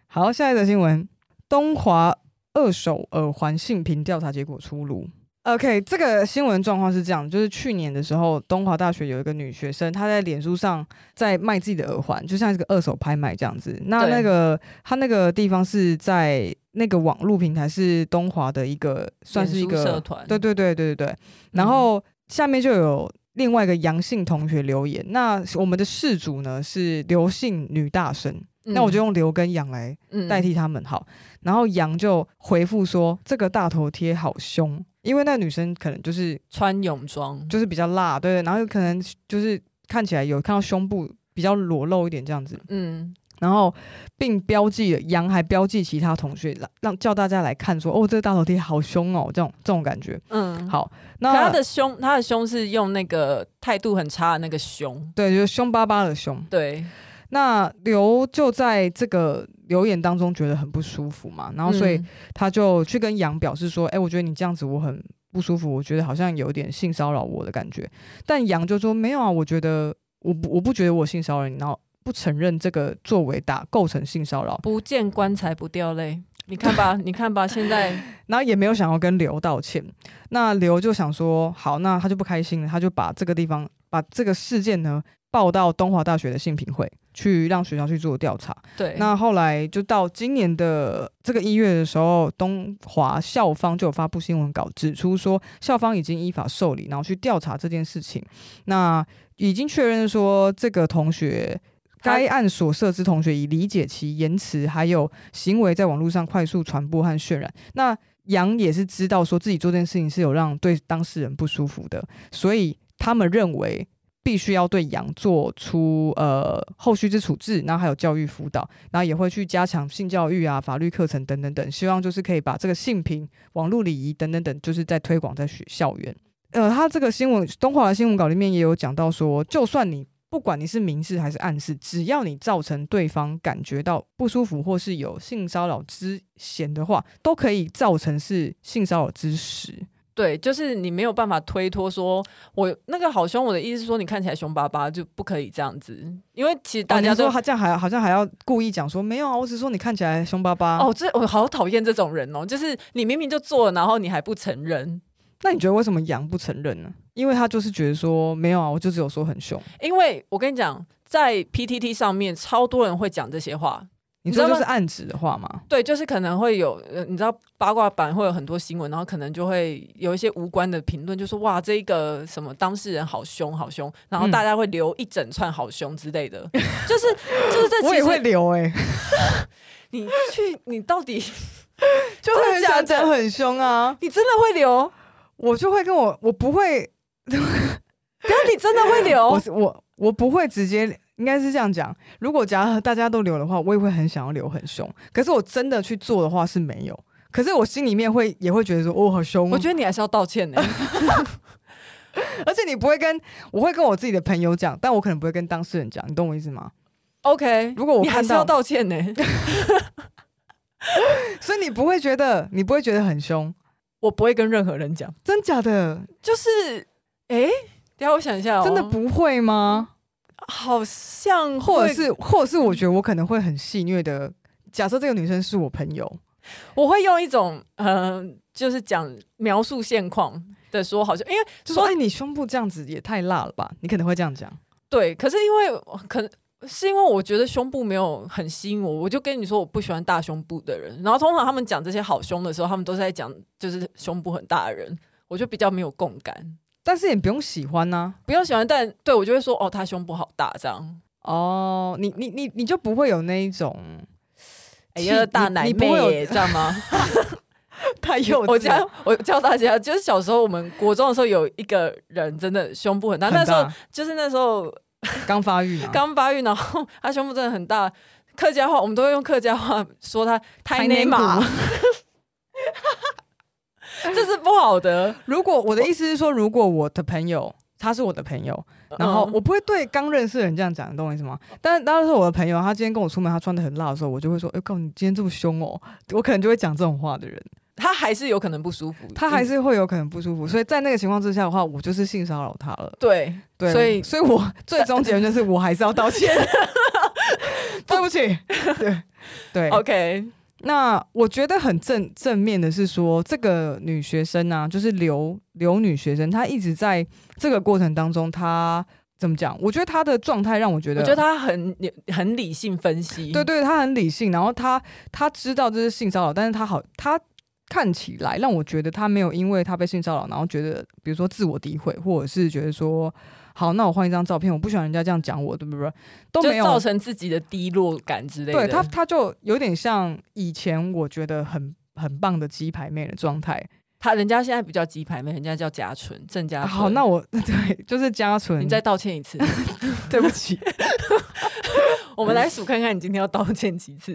[SPEAKER 2] 好，下一则新闻：东华二手耳环性平调查结果出炉。OK，这个新闻状况是这样，就是去年的时候，东华大学有一个女学生，她在脸书上在卖自己的耳环，就像一个二手拍卖这样子。那
[SPEAKER 1] 对
[SPEAKER 2] 那个她那个地方是在那个网络平台，是东华的一个算是一
[SPEAKER 1] 脸书社
[SPEAKER 2] 个
[SPEAKER 1] 团，嗯
[SPEAKER 2] 对对对对对对。然后下面就有另外一个阳性同学留言，那我们的事主呢是刘姓女大生，
[SPEAKER 1] 嗯，
[SPEAKER 2] 那我就用刘跟杨来
[SPEAKER 1] 嗯
[SPEAKER 2] 代替他们好。然后杨就回复说：“这个大头贴好凶，因为那女生可能就是
[SPEAKER 1] 穿泳装，
[SPEAKER 2] 就是比较辣，对，然后有可能就是看起来有看到胸部比较裸露一点这样子。”
[SPEAKER 1] 嗯，
[SPEAKER 2] 然后并标记了杨，还标记其他同学，让让叫大家来看说：“哦，这个大头贴好凶哦！”这种这种感觉。
[SPEAKER 1] 嗯，
[SPEAKER 2] 好，那
[SPEAKER 1] 可他的胸，他的胸是用那个态度很差的那个胸，
[SPEAKER 2] 对，就是凶巴巴的凶。
[SPEAKER 1] 对，
[SPEAKER 2] 那刘就在这个留言当中觉得很不舒服嘛，然后所以
[SPEAKER 1] 嗯
[SPEAKER 2] 他就去跟杨表示说：“哎、我觉得你这样子我很不舒服，我觉得好像有点性骚扰我的感觉。”但杨就说：“没有啊，我觉得我不我不觉得我性骚扰你，然后不承认这个作为打构成性骚扰，
[SPEAKER 1] 不见棺材不掉泪。你看吧，你看吧，现 在
[SPEAKER 2] 然后也没有想要跟刘道歉。”那刘就想说：“好，那他就不开心了，他就把这个地方把这个事件呢报到东华大学的性平会。”去让学校去做调查。
[SPEAKER 1] 对，
[SPEAKER 2] 那后来就到今年的这个一月的时候，东华校方就有发布新闻稿，指出说校方已经依法受理，然后去调查这件事情。那已经确认说，这个同学
[SPEAKER 1] 他
[SPEAKER 2] 该案所涉之同学已理解其言辞还有行为在网络上快速传播和渲染。那杨也是知道说自己做这件事情是有让对当事人不舒服的，所以他们认为必须要对羊做出呃后续之处置，然后还有教育辅导，然后也会去加强性教育啊、法律课程等等等，希望就是可以把这个性平、网络礼仪等等等，就是在推广在学校园。呃，他这个新闻东华的新闻稿里面也有讲到说，就算你不管你是明示还是暗示，只要你造成对方感觉到不舒服或是有性骚扰之嫌的话，都可以造成是性骚扰之实。
[SPEAKER 1] 对，就是你没有办法推脱说，我那个好凶。我的意思是说，你看起来凶巴巴就不可以这样子，因为其实大
[SPEAKER 2] 哦
[SPEAKER 1] 家
[SPEAKER 2] 你
[SPEAKER 1] 都
[SPEAKER 2] 说他这样还好像还要故意讲说没有啊，我只是说你看起来凶巴巴。
[SPEAKER 1] 哦，这我好讨厌这种人哦，就是你明明就做了，然后你还不承认，
[SPEAKER 2] 那你觉得为什么杨不承认呢？因为他就是觉得说没有啊，我就只有说很凶。
[SPEAKER 1] 因为我跟你讲，在 PTT 上面超多人会讲这些话。
[SPEAKER 2] 你
[SPEAKER 1] 知道
[SPEAKER 2] 说就
[SPEAKER 1] 吗
[SPEAKER 2] 是暗指的话嘛？
[SPEAKER 1] 对，就是可能会有，呃，你知道八卦版会有很多新闻，然后可能就会有一些无关的评论，就说哇，这个什么当事人好凶，好凶，然后
[SPEAKER 2] 嗯
[SPEAKER 1] 大家会留一整串好凶之类的， 就是就是这
[SPEAKER 2] 我
[SPEAKER 1] 其
[SPEAKER 2] 也会
[SPEAKER 1] 实
[SPEAKER 2] 留哎、
[SPEAKER 1] 你去你到底
[SPEAKER 2] 就
[SPEAKER 1] 真的
[SPEAKER 2] 会
[SPEAKER 1] 假
[SPEAKER 2] 想
[SPEAKER 1] 的，
[SPEAKER 2] 讲很凶啊
[SPEAKER 1] 你真的会留？
[SPEAKER 2] 我就会跟我我不会，
[SPEAKER 1] 可是你真的会留
[SPEAKER 2] 我？是我我不会直接，应该是这样讲。如果假如大家都留的话，我也会很想要留很凶。可是我真的去做的话是没有，可是我心里面会也会觉得说，哦，好凶哦。
[SPEAKER 1] 我觉得你还是要道歉呢、
[SPEAKER 2] 而且你不会跟我会跟我自己的朋友讲，但我可能不会跟当事人讲，你懂我意思吗？
[SPEAKER 1] OK，
[SPEAKER 2] 如果我
[SPEAKER 1] 你还
[SPEAKER 2] 看
[SPEAKER 1] 是要
[SPEAKER 2] 到，
[SPEAKER 1] 道歉 呢、
[SPEAKER 2] 所以你不会觉得你不会觉得很凶，
[SPEAKER 1] 我不会跟任何人讲，
[SPEAKER 2] 真假的？
[SPEAKER 1] 就是诶，等一下我想一下、哦，
[SPEAKER 2] 真的不会吗？
[SPEAKER 1] 好像会，
[SPEAKER 2] 或者是或者是我觉得我可能会很戏谑的，假设这个女生是我朋友，
[SPEAKER 1] 我会用一种呃，就是讲描述现况的说，好像因为
[SPEAKER 2] 就说
[SPEAKER 1] 说
[SPEAKER 2] 哎、你胸部这样子也太辣了吧？你可能会这样讲。
[SPEAKER 1] 对，可是因为可能。是因为我觉得胸部没有很吸引我，我就跟你说我不喜欢大胸部的人。然后通常他们讲这些好胸的时候，他们都是在讲就是胸部很大的人，我就比较没有共感，
[SPEAKER 2] 但是也不用喜欢啊呐、
[SPEAKER 1] 不用喜欢。但对我就会说哦，他胸部好大这 样。
[SPEAKER 2] 哦，你你你你就不会有那一种
[SPEAKER 1] 哎
[SPEAKER 2] 气
[SPEAKER 1] 呀，
[SPEAKER 2] 你
[SPEAKER 1] 大奶
[SPEAKER 2] 你不
[SPEAKER 1] 妹
[SPEAKER 2] 会有
[SPEAKER 1] 耶，知道吗？
[SPEAKER 2] 太幼
[SPEAKER 1] 我 教我教大家，就是小时候我们国中的时候，有一个人真的胸部很大，那时候就是那时候
[SPEAKER 2] 刚发育嘛，
[SPEAKER 1] 刚发育，然后他胸部真的很大。客家话我们都会用客家话说他胎内
[SPEAKER 2] 内
[SPEAKER 1] 马
[SPEAKER 2] 骨，
[SPEAKER 1] 这是不好的。
[SPEAKER 2] 如果我的意思是说，如果我的朋友他是我的朋友， 然后
[SPEAKER 1] 嗯
[SPEAKER 2] 我不会对刚认识的人这样讲，你懂我意思吗？但当然是我的朋友，他今天跟我出门，他穿的很辣的时候，我就会说：“哎、告诉你今天这么凶哦！” 我可能就会讲这种话的人，
[SPEAKER 1] 他还是有可能不舒服，
[SPEAKER 2] 他还
[SPEAKER 1] 嗯
[SPEAKER 2] 是会有可能不舒服。所以在那个情况之下的话，我就是性骚扰他了。
[SPEAKER 1] 嗯对，
[SPEAKER 2] 对，啊
[SPEAKER 1] 所以
[SPEAKER 2] 所以我 最终结论就是，我还是要道歉。对不起， 对对
[SPEAKER 1] OK，
[SPEAKER 2] 那我觉得很正正面的是说，这个女学生啊，就是刘刘女学生，她一直在这个过程当中，她怎么讲？我觉得她的状态让我觉
[SPEAKER 1] 我
[SPEAKER 2] 得，
[SPEAKER 1] 觉得他很很理性分析，
[SPEAKER 2] 对对，她很理性，然后她她知道这是性骚扰，但是她好，她看起来让我觉得她没有因为她被性骚扰，然后觉得比如说自我诋毁，或者是觉得说。好，那我换一张照片，我不喜欢人家这样讲我，对不对？都
[SPEAKER 1] 就
[SPEAKER 2] 没有
[SPEAKER 1] 造成自己的低落感之类的。
[SPEAKER 2] 对他，他就有点像以前我觉得很很棒的鸡排妹的状态。
[SPEAKER 1] 他人家现在不叫鸡排妹，人家叫甲醇，郑甲
[SPEAKER 2] 啊
[SPEAKER 1] 醇。
[SPEAKER 2] 好，那我对，就是嘉纯，
[SPEAKER 1] 你再道歉一 次，
[SPEAKER 2] 对不 起，
[SPEAKER 1] 我们来数看看你今天要道歉几 次。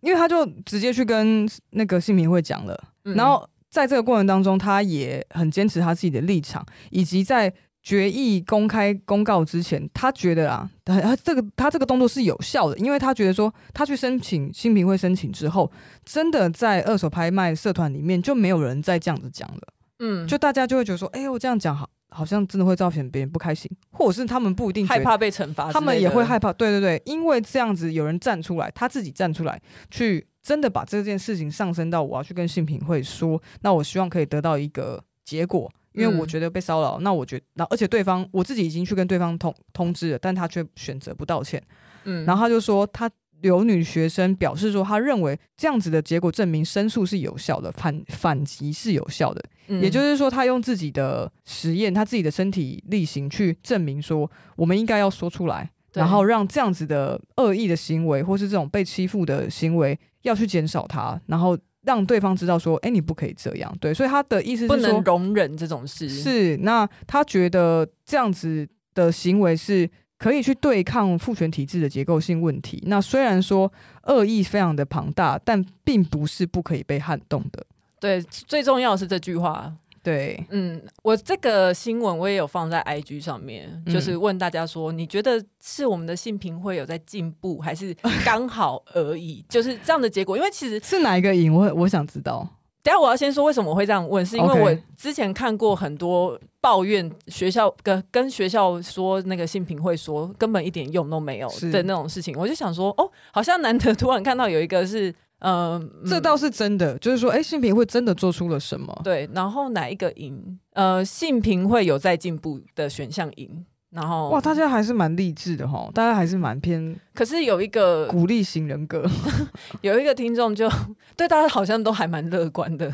[SPEAKER 2] 因为他就直接去跟那个姓名会讲了，
[SPEAKER 1] 嗯
[SPEAKER 2] 然后在这个过程当中，他也很坚持他自己的立场，以及在。决议公开公告之前，他觉得啊，他他这个他这个动作是有效的，因为他觉得说，他去申请新评会申请之后，真的在二手拍卖社团里面就没有人再这样子讲了。
[SPEAKER 1] 嗯，
[SPEAKER 2] 就大家就会觉得说，哎、我这样讲好，好像真的会造成别人不开心，或者是他们不一定觉
[SPEAKER 1] 害
[SPEAKER 2] 得，
[SPEAKER 1] 怕被惩罚啊之类的，
[SPEAKER 2] 他们也会害怕。对对对，因为这样子有人站出来，他自己站出来，去真的把这件事情上升到我要去跟性平会说，那我希望可以得到一个结果。因为我
[SPEAKER 1] 嗯
[SPEAKER 2] 觉得被骚扰，那我觉得，那而且对方我自己已经去跟对方通通知了，但他却选择不道歉，
[SPEAKER 1] 嗯
[SPEAKER 2] 然后他就说，他有女学生表示说，他认为这样子的结果证明申诉是有效的，反反击是有效的。
[SPEAKER 1] 嗯
[SPEAKER 2] 也就是说，他用自己的实验，他自己的身体力行去证明说，我们应该要说出来，然后让这样子的恶意的行为，或是这种被欺负的行为，要去减少它，然后让对方知道说，哎、你不可以这样。对，所以他的意思
[SPEAKER 1] 不
[SPEAKER 2] 是
[SPEAKER 1] 能
[SPEAKER 2] 说，
[SPEAKER 1] 容忍这种事，
[SPEAKER 2] 是那他觉得这样子的行为是可以去对抗父权体制的结构性问题。那虽然说恶意非常的庞大，但并不是不可以被撼动的。
[SPEAKER 1] 对，最重要的是这句话。
[SPEAKER 2] 对，
[SPEAKER 1] 嗯，我这个新闻我也有放在 IG 上面，
[SPEAKER 2] 嗯
[SPEAKER 1] 就是问大家说，你觉得是我们的性平会有在进步，还 是刚好而已？就是这样的结果。因为其实，
[SPEAKER 2] 是哪一个赢？我我想知道。
[SPEAKER 1] 等一下我要先说为什么我会这样问，是因为
[SPEAKER 2] OK
[SPEAKER 1] 我之前看过很多抱怨学校跟跟学校说那个性平会说根本一点用都没有
[SPEAKER 2] 是
[SPEAKER 1] 的那种事情，我就想说，哦，好像难得突然看到有一个是，呃，嗯
[SPEAKER 2] 这倒是真的，就是说，哎、性平会真的做出了什么？
[SPEAKER 1] 对，然后哪一个赢？呃，性平会有在进步的选项赢，然后
[SPEAKER 2] 哇，大家还是蛮励志的哈，大家还是蛮偏
[SPEAKER 1] 可是有一个
[SPEAKER 2] 鼓励型人格。
[SPEAKER 1] 有一个听众就 对大家好像都还蛮乐观的，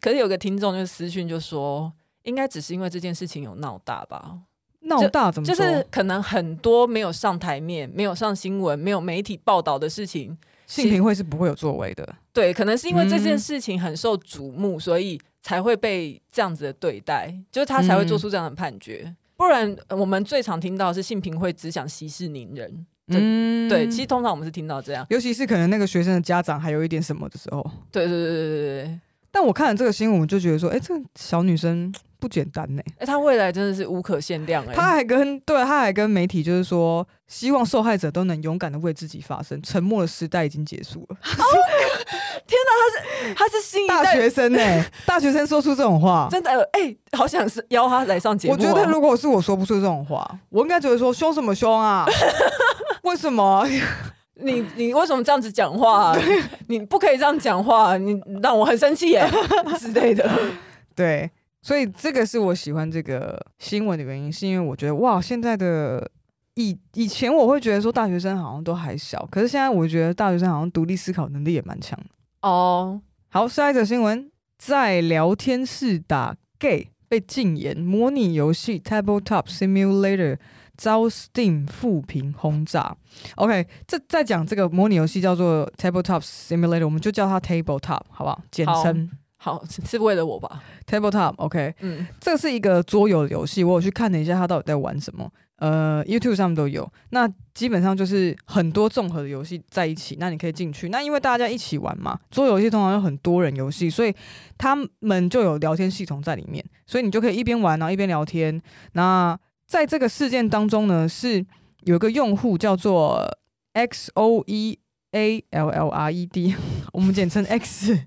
[SPEAKER 1] 可是有个听众就私讯就说，应该只是因为这件事情有闹大吧，
[SPEAKER 2] 闹大怎么
[SPEAKER 1] 就
[SPEAKER 2] 说？
[SPEAKER 1] 是可能很多没有上台面、没有上新闻、没有媒体报道的事情，
[SPEAKER 2] 性平会是不会有作为的。
[SPEAKER 1] 对，可能是因为这件
[SPEAKER 2] 嗯
[SPEAKER 1] 事情很受瞩目，所以才会被这样子的对待，就是他才会做
[SPEAKER 2] 嗯
[SPEAKER 1] 出这样的判决。不然，呃我们最常听到的是性平会只想息事宁人。对
[SPEAKER 2] 嗯
[SPEAKER 1] 对，其实通常我们是听到这样。
[SPEAKER 2] 尤其是可能那个学生的家长还有一点什么的时候，
[SPEAKER 1] 对对对对对对。
[SPEAKER 2] 但我看了这个新闻，我就觉得说，哎、这个小女生不简单呢、
[SPEAKER 1] 哎、他未来真的是无可限量哎、
[SPEAKER 2] 她还跟对，她还跟媒体就是说，希望受害者都能勇敢的为自己发声。沉默的时代已经结束了。
[SPEAKER 1] 他是新一
[SPEAKER 2] 大
[SPEAKER 1] 代
[SPEAKER 2] 学生呢、大学生说出这种话，
[SPEAKER 1] 真的哎、好想是邀他来上节目、哦
[SPEAKER 2] 我觉得，如果是我说不出这种话，啊我应该觉得说凶什么凶 啊？为什么？
[SPEAKER 1] 你你为什么这样子讲话、啊你不可以这样讲话，啊你让我很生气 耶、之类的。
[SPEAKER 2] 对，所以这个是我喜欢这个新闻的原因，是因为我觉得哇，现在的以以前我会觉得说大学生好像都还小，可是现在我觉得大学生好像独立思考能力也蛮强的。
[SPEAKER 1] 哦，
[SPEAKER 2] 好，下一则新闻，在聊天室打 gay 被禁言，模拟游戏 Tabletop Simulator 遭 Steam 负评轰炸。OK，这在讲这个模拟游戏叫做 Tabletop Simulator，我们就叫它 Tabletop 好不好？简
[SPEAKER 1] 好
[SPEAKER 2] 称
[SPEAKER 1] 好是是为了我吧？
[SPEAKER 2] Tabletop。OK，
[SPEAKER 1] 嗯，
[SPEAKER 2] 这是一个桌游游戏，我有去看了一下它到底在玩什么。呃，YouTube 上面都有。那基本上就是很多综合的游戏在一起，那你可以进去。那因为大家一起玩嘛，桌游游戏通常有很多人游戏，所以他们就有聊天系统在里面，所以你就可以一边玩然后一边聊天。那在这个事件当中呢，是有一个用户叫做 X O E。A L L R E D，我 们简称 X。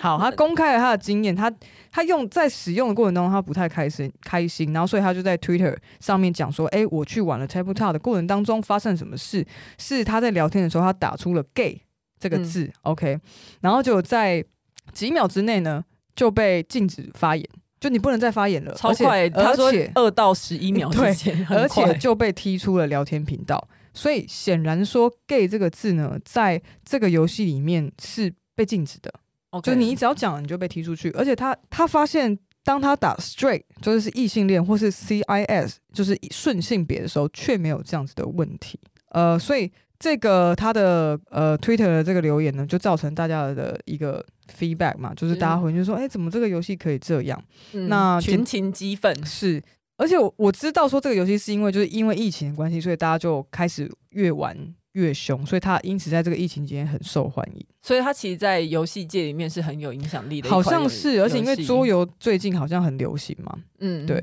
[SPEAKER 2] 好， 他公开了他的经验，他他用在使用的过程中，他不太开心，开心，然后所以他就在 Twitter 上面讲说，诶，我去玩了 Tabletop 的过程当中发生什么事？是他在聊天的时候，他打出了 gay 这个
[SPEAKER 1] 嗯
[SPEAKER 2] 字、o k 然后就在几秒之内呢就被禁止发言，就你不能再发言了，
[SPEAKER 1] 超
[SPEAKER 2] 而且
[SPEAKER 1] 快，他
[SPEAKER 2] 而
[SPEAKER 1] 说
[SPEAKER 2] 且
[SPEAKER 1] 二到十一秒之
[SPEAKER 2] 对
[SPEAKER 1] 间，很
[SPEAKER 2] 而且
[SPEAKER 1] 快
[SPEAKER 2] 就被踢出了聊天频道。所以显然说 “gay” 这个字呢，在这个游戏里面是被禁止的。
[SPEAKER 1] OK
[SPEAKER 2] 就你只要讲了，你就被踢出去。而且他他发现，当他打 straight 就是异性恋或是 CIS 就是顺性别的时候，却没有这样子的问题。呃，所以这个他的呃 Twitter 的这个留言呢，就造成大家的一个 feedback 嘛，就是大家
[SPEAKER 1] 嗯
[SPEAKER 2] 回去说，哎、怎么这个游戏可以这样？
[SPEAKER 1] 嗯
[SPEAKER 2] 那
[SPEAKER 1] 群
[SPEAKER 2] 简
[SPEAKER 1] 情激愤，
[SPEAKER 2] 是，而且我我知道说这个游戏是因为就是因为疫情的关系，所以大家就开始越玩越凶，所以它因此在这个疫情期间很受欢迎。
[SPEAKER 1] 所以他其实，在游戏界里面是很有影响力的一
[SPEAKER 2] 好
[SPEAKER 1] 款游，
[SPEAKER 2] 像是，而且因为
[SPEAKER 1] 游戏
[SPEAKER 2] 桌，游最近好像很流行嘛。
[SPEAKER 1] 嗯
[SPEAKER 2] 对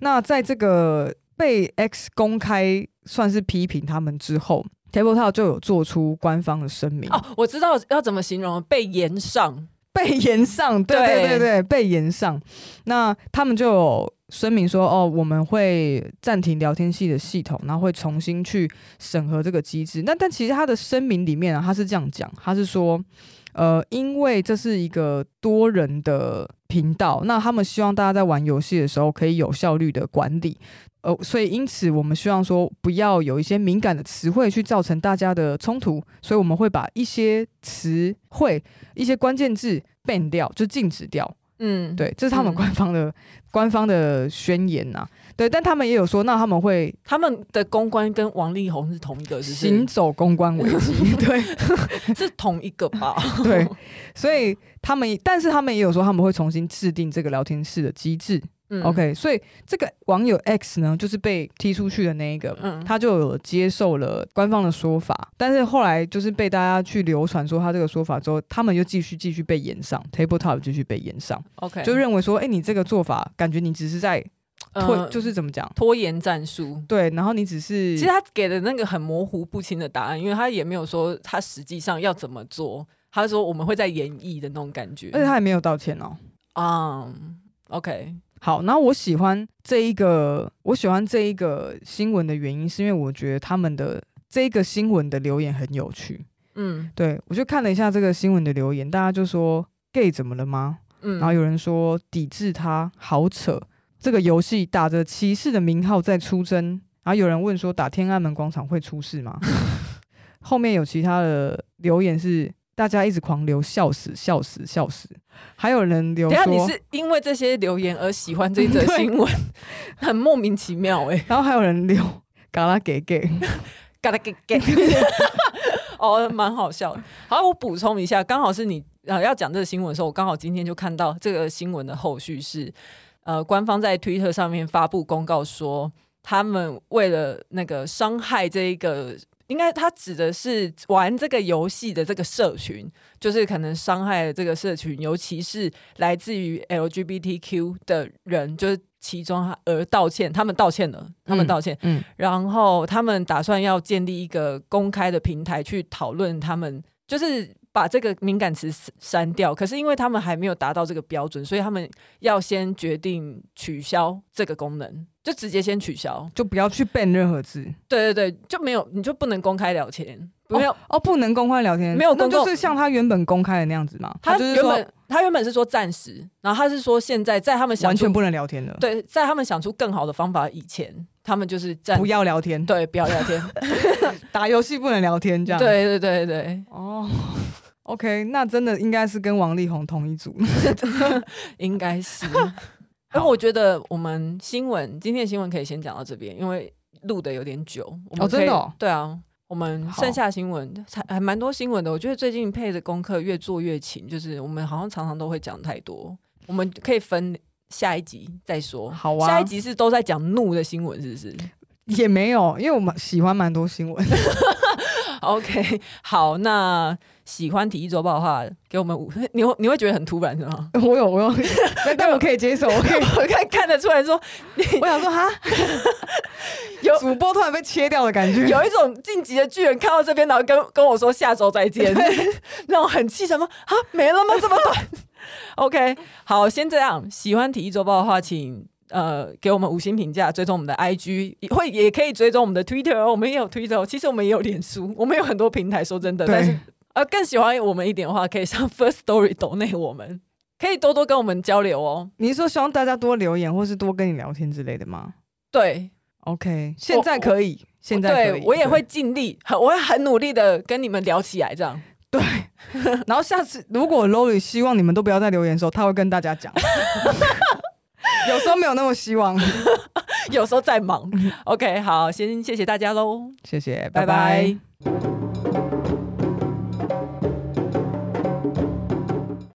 [SPEAKER 2] 那在这个被 X 公开算是批评他们之后，Tabletop 就有做出官方的声明，
[SPEAKER 1] 哦，我知道要怎么形容被延上，
[SPEAKER 2] 被延上，对
[SPEAKER 1] 对
[SPEAKER 2] 对对对，被延上。那他们就有声明说，哦，我们会暂停聊天系的系统，然后会重新去审核这个机制。那但其实他的声明里面啊，他是这样讲，他是说，呃，因为这是一个多人的频道，那他们希望大家在玩游戏的时候可以有效率的管理。呃，所以因此我们希望说，不要有一些敏感的词汇去造成大家的冲突，所以我们会把一些词汇、一些关键字 ban 掉，就禁止掉。
[SPEAKER 1] 嗯，
[SPEAKER 2] 对，这是他们
[SPEAKER 1] 嗯
[SPEAKER 2] 官方的、官方的宣言呐、对，但他们也有说，那他们会
[SPEAKER 1] 他们的公关跟王力宏是同一个，只
[SPEAKER 2] 行
[SPEAKER 1] 是
[SPEAKER 2] 走公 关危机。对
[SPEAKER 1] 是同一个吧？
[SPEAKER 2] 对，所以他们，但是他们也有说，他们会重新制定这个聊天室的机制。
[SPEAKER 1] 嗯
[SPEAKER 2] OK，所以这个网友 X 呢，就是被踢出去的那一个，
[SPEAKER 1] 嗯
[SPEAKER 2] 他就有接受了官方的说法，但是后来就是被大家去流传说他这个说法之后，他们又继续继续被延上，tabletop 继续被延上，
[SPEAKER 1] ，OK，
[SPEAKER 2] 就认为说，哎、你这个做法，感觉你只是在推，
[SPEAKER 1] 呃
[SPEAKER 2] 就是怎么讲，
[SPEAKER 1] 拖延战术。
[SPEAKER 2] 对，然后你只是
[SPEAKER 1] 其实他给的那个很模糊不清的答案，因为他也没有说他实际上要怎么做，他说我们会在演绎的那种感觉。
[SPEAKER 2] 而且他也没有道歉哦。
[SPEAKER 1] 啊、o k
[SPEAKER 2] 好，然后我喜欢这一个，我喜欢这一个新闻的原因，是因为我觉得他们的这一个新闻的留言很有趣。
[SPEAKER 1] 嗯
[SPEAKER 2] 对我就看了一下这个新闻的留言，大家就说 gay 怎么了吗？
[SPEAKER 1] 嗯，
[SPEAKER 2] 然后有人说抵制他，好扯，这个游戏打着骑士的名号在出征。然后有人问说打天安门广场会出事吗？ 后面有其他的留言是大家一直狂流笑死笑死笑死，还有人留
[SPEAKER 1] 等一下你
[SPEAKER 2] 说，
[SPEAKER 1] 是因为这些留言而喜欢这一则
[SPEAKER 2] 对
[SPEAKER 1] 新闻， 很莫名其妙哎、欸，
[SPEAKER 2] 然后还有人留 嘎啦给给，
[SPEAKER 1] 嘎啦给给， 哦，蛮好笑的。好，我补充一下，刚好是你呃要讲这个新闻的时候，我刚好今天就看到这个新闻的后续是，呃，官方在推特上面发布公告说，他们为了那个伤害这一个。应该他指的是玩这个游戏的这个社群，就是可能伤害了这个社群，尤其是来自于 LGBTQ 的人，就是其中他而道歉，他们道歉了，他们道歉，
[SPEAKER 2] 嗯，
[SPEAKER 1] 然后他们打算要建立一个公开的平台去讨论他们，就是把这个敏感词删掉。可是因为他们还没有达到这个标准，所以他们要先决定取消这个功能，就直接先取消。
[SPEAKER 2] 就不要去 ban 任何字
[SPEAKER 1] 对对对，就没有你就不能公开聊天，没有。
[SPEAKER 2] 哦，不能公开聊天，
[SPEAKER 1] 没有
[SPEAKER 2] 那
[SPEAKER 1] 公
[SPEAKER 2] 就
[SPEAKER 1] 共
[SPEAKER 2] 是像他原本公开的那样子嘛，
[SPEAKER 1] 他
[SPEAKER 2] 就是
[SPEAKER 1] 原
[SPEAKER 2] 说
[SPEAKER 1] 本他原本是说暂时，然后他是说现在在他们想
[SPEAKER 2] 完
[SPEAKER 1] 出
[SPEAKER 2] 全不能聊天了，
[SPEAKER 1] 对，在他们想出更好的方法以前，他们就是暂
[SPEAKER 2] 不要聊天，
[SPEAKER 1] 对不要聊 天，
[SPEAKER 2] 打游戏不能聊天这样，
[SPEAKER 1] 对对对对。
[SPEAKER 2] 哦。OK，那真的应该是跟王力宏同 一组。
[SPEAKER 1] 应该是。
[SPEAKER 2] 好
[SPEAKER 1] 而我觉得我们新闻今天的新闻可以先讲到这边，因为录的有点久。我们
[SPEAKER 2] 哦真
[SPEAKER 1] 可
[SPEAKER 2] 的
[SPEAKER 1] 以
[SPEAKER 2] 哦
[SPEAKER 1] 对啊，我们
[SPEAKER 2] 好
[SPEAKER 1] 剩下新闻还还蛮多新闻的。我觉得最近配的功课越做越勤，就是我们好像常常都会讲太多，我们可以分下一集再说。
[SPEAKER 2] 好啊
[SPEAKER 1] 下一集是都在讲怒的新闻，是不是
[SPEAKER 2] 也没有，因为我们喜欢蛮多新闻。
[SPEAKER 1] ？OK，好，那喜欢体育周报的话，给我们五， 你会你会觉得很突然是吗？
[SPEAKER 2] 我有，我有，但但我可以接受。我可以，
[SPEAKER 1] 我看看得出来说，
[SPEAKER 2] 我想说 哈，
[SPEAKER 1] 有
[SPEAKER 2] 主播突然被切掉的感 觉。
[SPEAKER 1] 有一种晋级的巨人看到这边，然后跟跟我说下周再见， 那种很气什么啊没了吗？这么短 ？OK，好，先这样。喜欢体育周报的话，请呃给我们五星评价，追踪我们的 IG，也会也可以追踪我们的 Twitter，哦我们也有 Twitter，哦其实我们也有脸书，我们有很多平台。说真的，但是
[SPEAKER 2] 对，
[SPEAKER 1] 呃更喜欢我们一点的话，可以上 First Story 抖内我们，可以多多跟我们交流哦。
[SPEAKER 2] 你是说希望大家多留言，或是多跟你聊天之类的吗
[SPEAKER 1] 对，
[SPEAKER 2] ？OK，现在可以，现在可
[SPEAKER 1] 对
[SPEAKER 2] 以
[SPEAKER 1] 我也会尽力，很我会很努力的跟你们聊起来，这样。
[SPEAKER 2] 对。然后下次如果 Lori 希望你们都不要再留言的时候，他会跟大 家讲。有时候没有那么希望。
[SPEAKER 1] 有时候在忙。OK，好，先谢谢大家喽，
[SPEAKER 2] 谢谢，
[SPEAKER 1] 嗯拜拜。
[SPEAKER 2] 拜拜